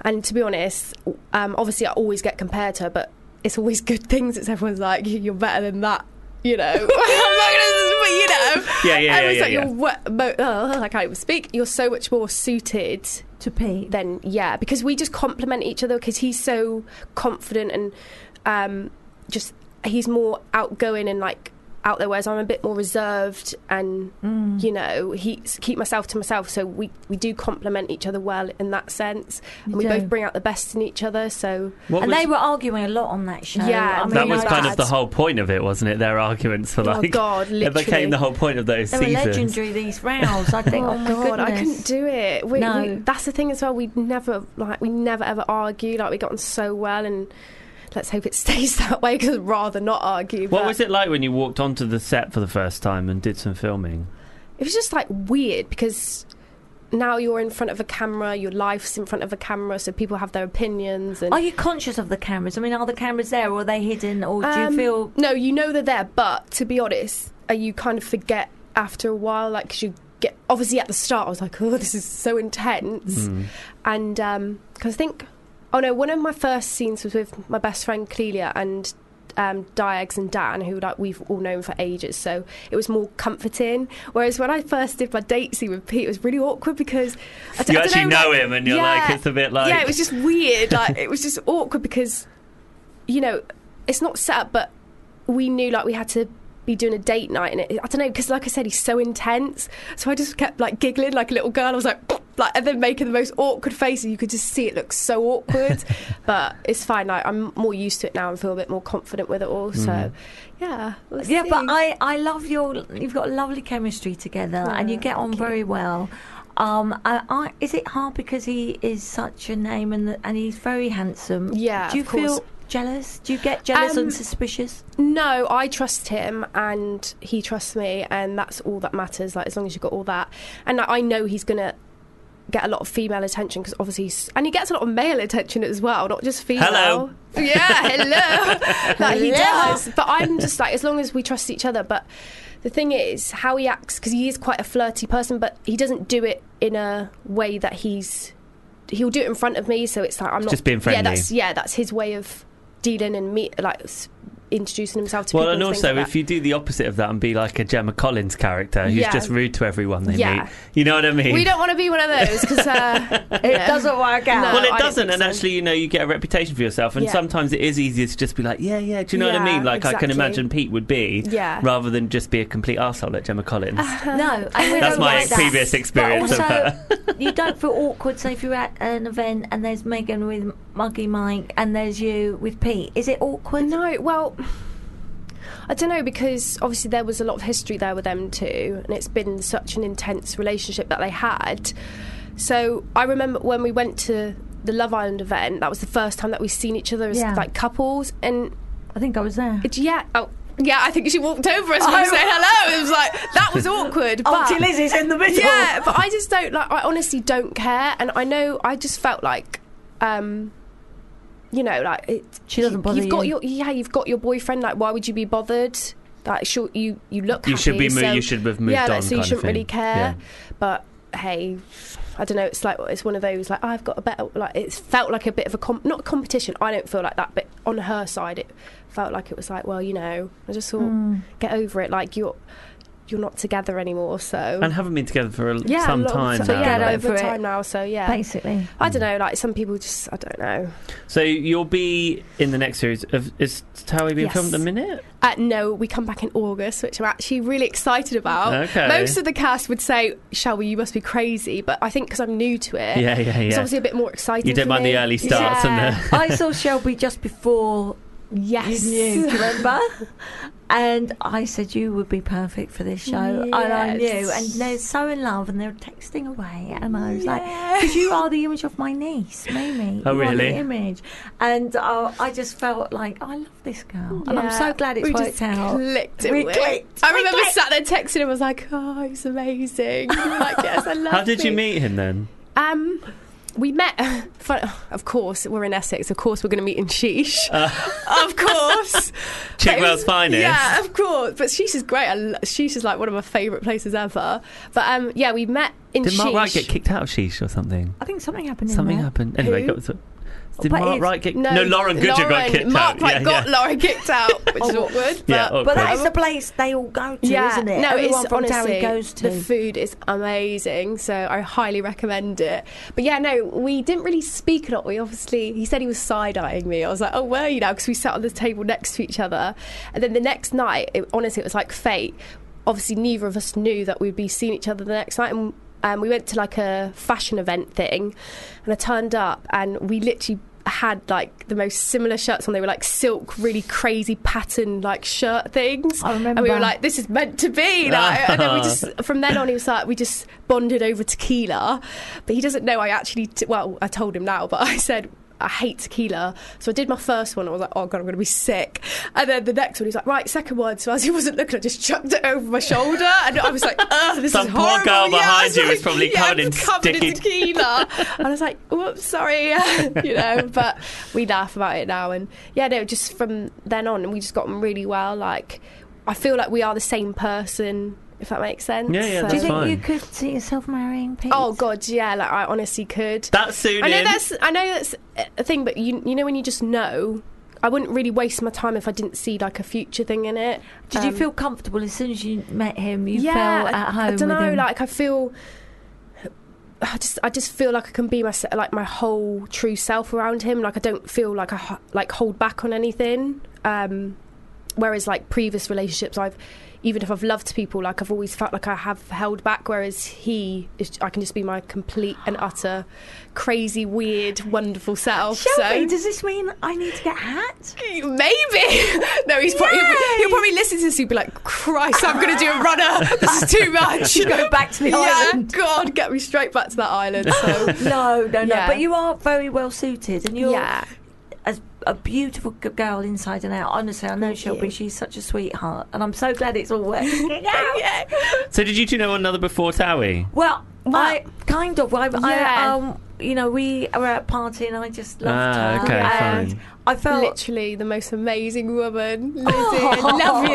And to be honest, um, obviously I always get compared to her, but it's always good things. It's everyone's like, "You're better than that," you know. I'm not gonna, but but you know. Yeah, yeah, I yeah, was yeah, like, yeah. you're wo- mo- oh, I can't even speak. You're so much more suited to Pete. than yeah, because we just complement each other because he's so confident and um, just he's more outgoing and like out there, whereas I'm a bit more reserved and Mm. you know he s- keep myself to myself. So we we do complement each other well in that sense, and we do. both bring out the best in each other. So What and was- they were arguing a lot on that show. Yeah, I mean, really that was like kind that. of the whole point of it, wasn't it? Their arguments for Oh, like it God, became literally. the whole point of those They were seasons. legendary these rounds. I think. Oh, my god, I couldn't goodness. do it. We, No. we- that's the thing as well. We never like we never ever argue. Like we got on so well, and let's hope it stays that way. Because rather not argue. What but was it like when you walked onto the set for the first time and did some filming? It was just like weird because now you're in front of a camera. Your life's in front of a camera, so people have their opinions. And Are you conscious of the cameras? I mean, are the cameras there, or are they hidden, or do you Um, feel? no, you know they're there, but to be honest, uh, you kind of forget after a while, like 'cause you get obviously at the start, I was like, oh, this is so Hmm. intense, and because I think, oh no, one of my first scenes was with my best friend Clelia and. Um, Diags and Dan, who like we've all known for ages, so it was more comforting. Whereas when I first did my date scene with Pete, it was really awkward because I d- You I don't actually know like- him and you're like, it's a bit like- yeah, it was just weird. Like it was just awkward because you know, it's not set up, but we knew like we had to be doing a date night, and it, I don't know because like I said, he's so intense. So I just kept like giggling like a little girl. I was like, like, and then making the most awkward face, and you could just see it look so awkward. but it's fine. Like I'm more used to it now and feel a bit more confident with it all. So yeah, we'll Yeah, but see. I, I love your. You've got lovely chemistry together, and you get on very well. Um, I, I, is it hard because he is such a name and and he's very handsome? Yeah, Do you of course. feel jealous? Do you get jealous Um, and suspicious? No, I trust him and he trusts me, and that's all that matters. Like, as long as you've got all that. And like, I know he's going to get a lot of female attention because obviously he's. And he gets a lot of male attention as well, not just female. Hello. Yeah, hello. that he Hello. does. But I'm just like, as long as we trust each other. But the thing is, how he acts, because he is quite a flirty person, but he doesn't do it in a way that he's. He'll do it in front of me, so it's like I'm not Just being Yeah, friendly. that's yeah, that's his way of dealing and meet like s- introducing himself to Well, people. and things also like if that. you do the opposite of that and be like a Gemma Collins character who's Yeah. just rude to everyone they Yeah. meet, you know what I mean? we don't want to be one of those because uh, It doesn't work out. No. well, Uh, I it don't doesn't, think and so. actually, you know, you get a reputation for yourself, and Yeah. sometimes it is easier to just be like, yeah, yeah. Do you know what I Yeah, mean? Like, I can exactly. imagine Pete would be, Yeah. Uh, rather than just be a complete arsehole like Gemma Collins. No, and we That's don't my like that. previous experience But of also, you don't feel awkward. So if you're at an event and there's Megan with Muggy Mike and there's you with Pete, is it awkward? no, well, I don't know because obviously there was a lot of history there with them too, and it's been such an intense relationship that they had. So I remember when we went to the Love Island event, that was the first time that we've seen each other as Yeah. like couples, and I think I was there. it, yeah, oh. Yeah, I think she walked over us and we Oh. said hello. It was like that was awkward. but Auntie Lizzie's Oh, in the middle. Yeah, but I just don't like. I honestly don't care, and I know I just felt like, um, you know, like it. She doesn't bother You've got you. your yeah, you've got your boyfriend. Like, why would you be bothered? Like, sure, you you look. You should happy, be mo- so- you should have moved yeah, on like, so kind you of shouldn't really thing. care. Yeah. But hey, I don't know. It's like it's one of those like I've got a better. Like it's felt like a bit of a comp- not competition. I don't feel like that, but on her side, it felt like it was like, well, you know, I just Hmm. thought Mm, get over it. Like you're you're not together anymore, so and haven't been together for a, yeah, some a lot time. Of time. now, Yeah, Get like- like, over over it. time now. So yeah, Basically, I don't know. Like some people just, I don't know. So you'll be in the next series of is Towie being Yes. filmed at the minute? Uh, no, we come back in August, which I'm actually really excited about. Okay. Oh, Most of the cast would say, "Shall we? You must be crazy," but I think because I'm new to it, Yeah, yeah, it's yeah. obviously a bit more exciting. You don't for mind the me. early starts yeah. and I saw Shelby just before the yes, you knew. Do you remember? and I said you would be perfect for this show, and I knew. Yes. And they're so in love, and they're texting away, and I was like, Yeah. "Because you are the image of my niece, Mimi. Oh, you are the really? image." And uh, I just felt like I love this girl, and I'm Yeah. so glad it's we worked just out. Clicked, didn't We we? clicked. I We remember clicked. sat there texting him. I was like, "Oh, he's amazing." You were like, yes, I love. How did you Pete." meet him then? Um, we met. For, of course, we're in Essex. Of course, we're going to meet in Sheesh. Uh, of course, But it Chigwell's was- finest. Yeah, of course. But Sheesh is great. I lo- Sheesh is like one of my favourite places ever. But um, yeah, we met in Did Sheesh. Mark Wright get kicked out of Sheesh or something? I think something happened. Something in there. happened. Anyway, Who? got to, Did But Mark it's- Wright get no, Lauren Goodger got Lauren- kicked Mark out. Wright yeah, got yeah. Oh, Lauren kicked out, which is awkward. But Yeah, But that awkward. is the place they all go to, yeah, isn't it? no, Everyone it's from honestly Derry goes to. the food is amazing, so I highly recommend it. But yeah, no, we didn't really speak a lot. We obviously he said he was side eyeing me. I was like, oh, were you now? Because we sat on the table next to each other, and then the next night, it, honestly, it was like fate. Obviously, neither of us knew that we'd be seeing each other the next night, and um, we went to like a fashion event thing, and I turned up, and we literally had like the most similar shirts on. They were like silk, really crazy pattern like shirt things. I And we were remember. like, this is meant to be. Ah. Like, and then we just, from then on, he was like, we just bonded over tequila. But he doesn't know I actually, t- well, I told him now, but I said, I hate tequila. So I did my first one. I was like, oh, God, I'm going to be sick. And then the next one, he's like, right, second one. So as he wasn't looking, I just chucked it over my shoulder. And I was like, ugh, this Some is poor horrible. girl Yeah, I behind you like, is probably yeah, covered I'm in covered in sticky- tequila. and I was like, whoops, sorry. you know, but we laugh about it now. And yeah, no, just from then on, we just got on really well. Like, I feel like we are the same person, if that makes sense. Yeah, yeah, So- Do you that's think fine. you could see yourself marrying Pete? Oh God, yeah. Like I honestly could. That soon I know in. that's I know that's a thing, but you you know when you just know, I wouldn't really waste my time if I didn't see like a future thing in it. Did you Um, feel comfortable as soon as you met him? You felt I- at home. I, don't with know. him? Like I feel. I just, I just feel like I can be my, like my whole true self around him. Like I don't feel like I ho- like hold back on anything. Um, whereas like previous relationships, I've even if I've loved people, like I've always felt like I have held back. Whereas he, is, I can just be my complete and utter crazy, weird, wonderful self. Shelby, so does this mean I need to get a hat? Maybe. No, he's probably, he'll, he'll probably listen to this and be like, Christ, I'm going to do a runner. This is too much. Go back to the yeah, island. God, get me straight back to that island. So, No, no, no. Yeah. But you are very well suited, and you're yeah. as a beautiful g- girl inside and out. Honestly, I know Shelby. you. She's such a sweetheart, and I'm so glad it's all working out. So did you two know one another before Towie? Well, I kind of. I, I Yeah. um, you know, we were at a party, and I just loved Ah, her. okay, and fine. I felt, Literally the most amazing woman. Lizzie, I love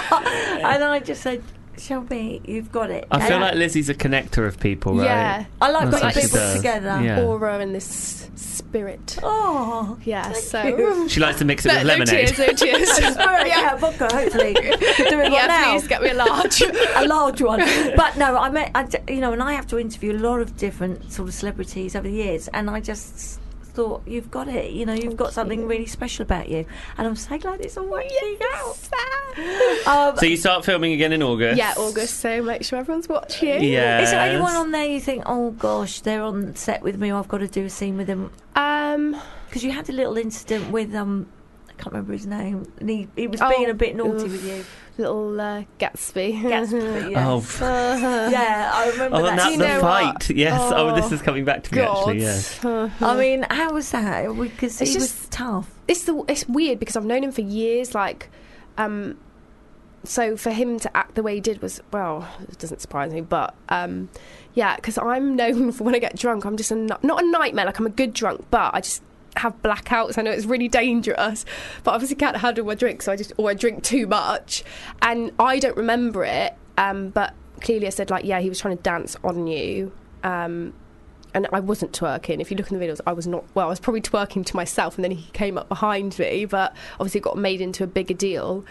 you. and I just said, Shelby, you've got it. I feel And like Lizzie's a connector of people, right? Yeah. I like That's putting what she people does. together. Yeah. Aura and this spirit. Oh, Yeah, so. you. She likes to mix it No, with no lemonade. tears, no tears. Spirit, yeah. yeah, vodka, hopefully. We're doing one yeah, now. please get me a large. a large one. But no, I met, I d you know, and I have to interview a lot of different sort of celebrities over the years, and I just thought, you've got it. You know, you've got something really special about you, and I'm so glad it's all working out. Um, So you start filming again in August. yeah, August, so make sure everyone's watching. Yeah. is there anyone on there you think, oh gosh, they're on set with me, I've got to do a scene with them? Um, Because you had a little incident with um. I can't remember his name. And he, he was Oh, being a bit naughty oof. with you. little uh, Gatsby. Uh-huh. Gatsby, yes. Oh, f- yeah, I remember oh, that. and that's you the know fight. what? Yes. Oh. Oh, this is coming back to me God. actually. Yeah. I mean, how was that? Because he It's was just- tough. it's the it's weird because I've known him for years. Like, um, so for him to act the way he did was well, it doesn't surprise me. But um, yeah, because I'm known for when I get drunk, I'm just a, nu- not a nightmare. Like I'm a good drunk, but I just have blackouts. I know it's really dangerous, but obviously can't handle my drink, so I just or I drink too much, and I don't remember it. Um, but clearly, I said like, yeah, he was trying to dance on you. Um, and I wasn't twerking. If you look in the videos, I was not. Well, I was probably twerking to myself, and then he came up behind me. But obviously, it got made into a bigger deal.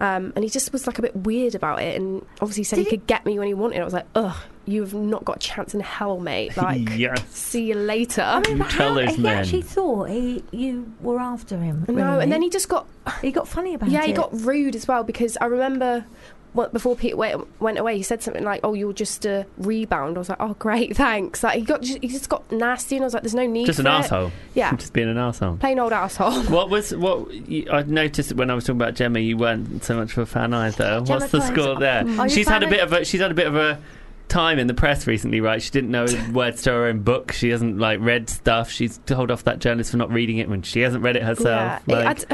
Um, and he just was like a bit weird about it, and obviously said he, Did he- could get me when he wanted. I was like, ugh, you have not got a chance in hell, mate. Like, yes. see you later. You But tell how- those he men. actually thought he you were after him. no, really. and then he just got he got funny about it. yeah, he got rude as well because I remember what, before Peter went, went away, he said something like, "Oh, you're just a rebound." I was like, "Oh, great, thanks." Like he got he just got nasty, and I was like, "There's no need." Just an for it." asshole. Yeah, Just being an asshole. plain old asshole. What was what you, I noticed when I was talking about Gemma? You weren't so much of a fan either. What's the Clarkson. Oh, score there? you a She's had a fan bit of a she's had a bit of a time in the press recently, right? She didn't know words to her own book. She hasn't like read stuff. She's told off that journalist for not reading it when she hasn't read it herself. yeah. Like, It-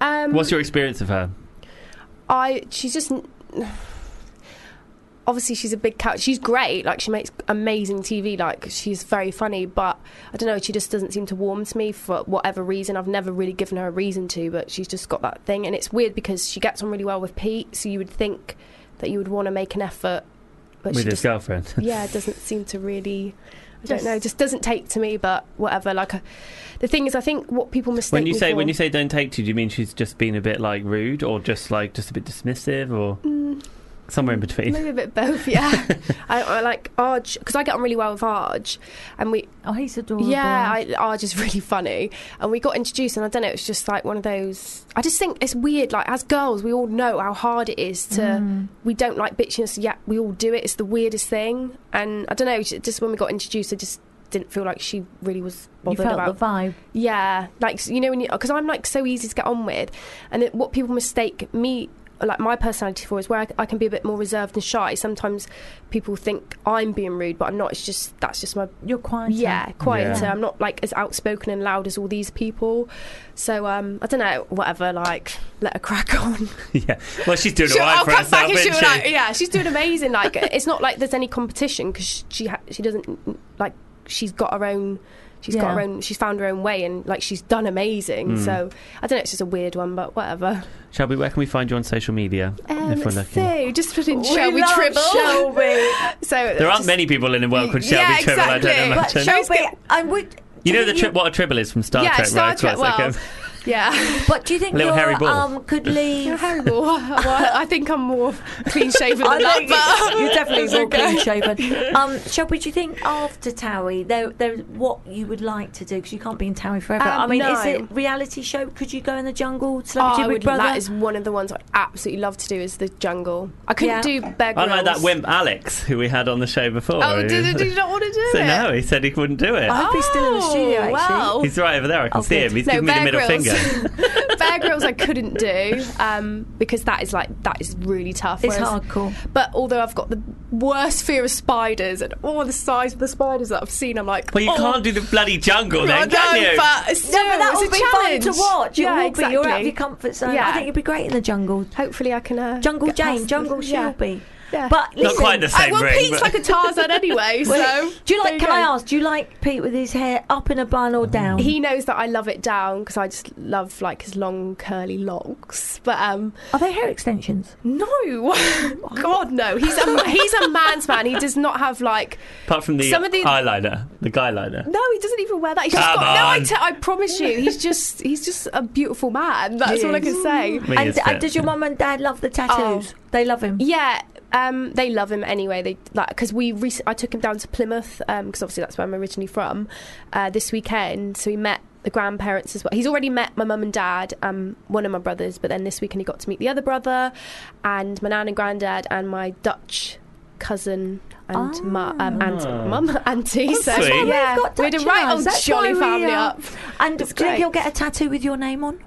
I, um, what's your experience of her? I she's just obviously she's a big cat. She's great. Like she makes amazing TV. Like she's very funny, but I don't know. She just doesn't seem to warm to me for whatever reason. I've never really given her a reason to, but she's just got that thing, and it's weird because she gets on really well with Pete. So you would think that you would want to make an effort but with she his just, girlfriend. yeah, doesn't seem to really. I don't Just- know. Just doesn't take to me, but whatever. Like, I, the thing is, I think what people mistake When you me say for, when you say don't take to, do you mean she's just been a bit like rude or just like just a bit dismissive or Mm, somewhere in between? maybe a bit both, yeah. I, I like Arj because I get on really well with Arj, and we Oh, he's adorable. Yeah, I, Arj is really funny. And we got introduced, and I don't know, it was just like one of those. I just think it's weird. Like, as girls, we all know how hard it is to. Mm. We don't like bitchiness, yet we all do it. It's the weirdest thing. And I don't know, j- just when we got introduced, I just didn't feel like she really was you bothered felt about. the vibe. Yeah, like you know, when because I'm like so easy to get on with, and it, what people mistake me like my personality for is where I, I can be a bit more reserved and shy. Sometimes people think I'm being rude, but I'm not. It's just that's just my You're quiet. yeah, quieter. Yeah. I'm not like as outspoken and loud as all these people. So um, I don't know, whatever. Like, let her crack on. yeah. Well, she's doing She'll- all right I'll for come back herself, and she'll isn't be she? like, yeah, she's doing amazing. Like, it's not like there's any competition because she ha- she doesn't like she's got her own. She's got Yeah. her own. She's found her own way, and like she's done amazing. Hmm. So I don't know. It's just a weird one, but whatever. Shelby, where can we find you on social media Um, if we're looking? so just put in We Shelby love Tribble. Shelby. So There aren't just- many people in the world called Shelby Yeah, Tribble. I don't exactly. know But much. Imagine. Shelby, I would. do you know the think tri- what a tribble is from Star Yeah, Trek, Star right? So Trek. it's like um, a- Well, yeah. But do you think Little you're, hairy ball. um could You're leave? horrible. well, I think I'm more clean shaven than I that. think But you definitely It's will okay. clean shaven. Um, Shelby, do you think after Towie, there, there's what you would like to do? Because you can't be in Towie forever. Um, I mean, is no. it reality show? Could you go in the jungle? Oh, Celebrity I Big would, Brother? that is one of the ones I absolutely love to do is the jungle. I couldn't Yeah. do Bear Grylls. Unlike that wimp Alex, who we had on the show before. Oh, did, did he? you not want to do So it? no, he said he wouldn't do it. I hope he's still in the studio, Oh, actually. Wow. He's right over there. I can Oh, see good. him. He's No, giving me the Bear middle Grylls. finger. Bear Grylls I couldn't do um, because that is like that is really tough. It's whereas- hardcore. But although I've got the worst fear of spiders and all the size of the spiders that I've seen, I'm like, Well, you oh, can't do the bloody jungle I then, can know, you? But still, No, but that it's would a be challenge. fun to watch. It yeah, will exactly. be. You're out of your comfort zone. Yeah. I think you'd be great in the jungle. Hopefully, I can. Uh, Jungle get Jane, past Jungle this. Shelby. Yeah. But Not listen, quite the I, same well, ring. Pete's but- like a Tarzan anyway, so. do you there like? Can I go. ask? Do you like Pete with his hair up in a bun Mm-hmm. or down? He knows that I love it down because I just love like his long curly locks. But um, Are they hair extensions? no, God no. He's a he's a man's man. He does not have like Apart from the, Some of the- eyeliner, the guy liner. no. He doesn't even wear that. He's just Come got, no, I, on. t- I promise you, he's just he's just a beautiful man. That's all I can say. I mean, and, it's and fit. does your mum and dad love the Oh. tattoos? They love him. Yeah, um, they love him anyway. They like because we rec- I took him down to Plymouth because obviously that's where I'm originally from. Uh, this weekend, so he met the grandparents as well. He's already met my mum and dad, um, one of my brothers, but then this weekend he got to meet the other brother, and my nan and granddad, and my Dutch cousin and ma- um, aunt, Ah. mum, auntie. So That's why we've yeah, got we're the Dutch right eyes. old That's why jolly we uh, family are. up. And do It's you think great. he'll get a tattoo with your name on?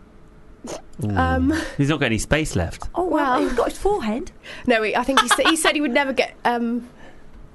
Um, Mm. He's not got any space left. Oh well, Well. he's got his forehead. No, he, I think he, sa- he said he would never get um,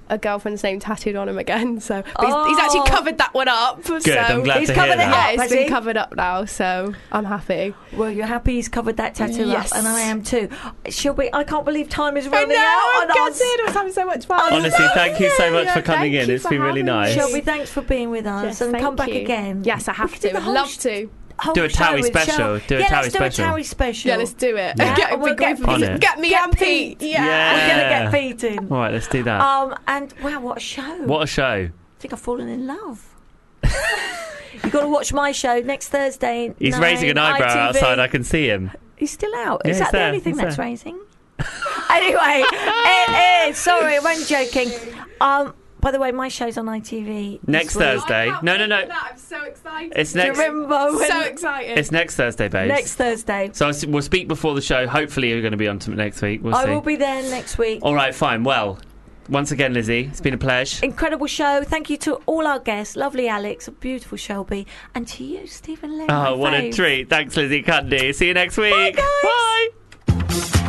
a girlfriend's name tattooed on him again. So but he's, he's Oh. actually covered that one up. Good, so. I'm glad he's to covered hear it that. Yeah, up, it's has been he? covered up now, so I'm happy. Well, you're happy he's covered that tattoo Yes. up, and I am too. She'll be. I can't believe time is I running know, out I'm on us. gutted. I was having so much fun. Oh, Honestly, thank you so much Yeah, for coming thank in. you It's for been really having nice. me. Shelby, thanks for being with us, Yes, and thank come back you. again. Yes, I We have could do to. the I'd whole love sh- to. whole Do a show Towie with special. Shel- Do a yeah, Towie let's special. Do a Towie special. Yeah, let's do it. Yeah, get a and we'll big group get of On people. it. Get me and Pete. We're Yeah. gonna Yeah. get beaten. All right, let's do that. Um, and wow, what a show! what a show. I think I've fallen in love. you got to watch my show next Thursday. He's 9, raising an eyebrow ITV. outside. I can see him. He's still out. Yeah, is he's that there, the only thing he's that's there. raising? anyway, it is. Sorry, I wasn't joking. Um, by the way, my show's on ITV this Next week. Thursday. No, no, no. I'm so excited. It's Do you next. remember when- so excited. It's next Thursday, babes. next Thursday? So I s- we'll speak before the show. Hopefully, you're going to be on to next week. We'll I see. Oh. will be there next week. All right, fine. Well, once again, Lizzie, it's been a pleasure. Incredible show. Thank you to all our guests. Lovely Alex, beautiful Shelby, and to you, Stephen Lane. my Oh, what a fave. treat. Thanks, Lizzie Cundy. See you next week. guys. Bye.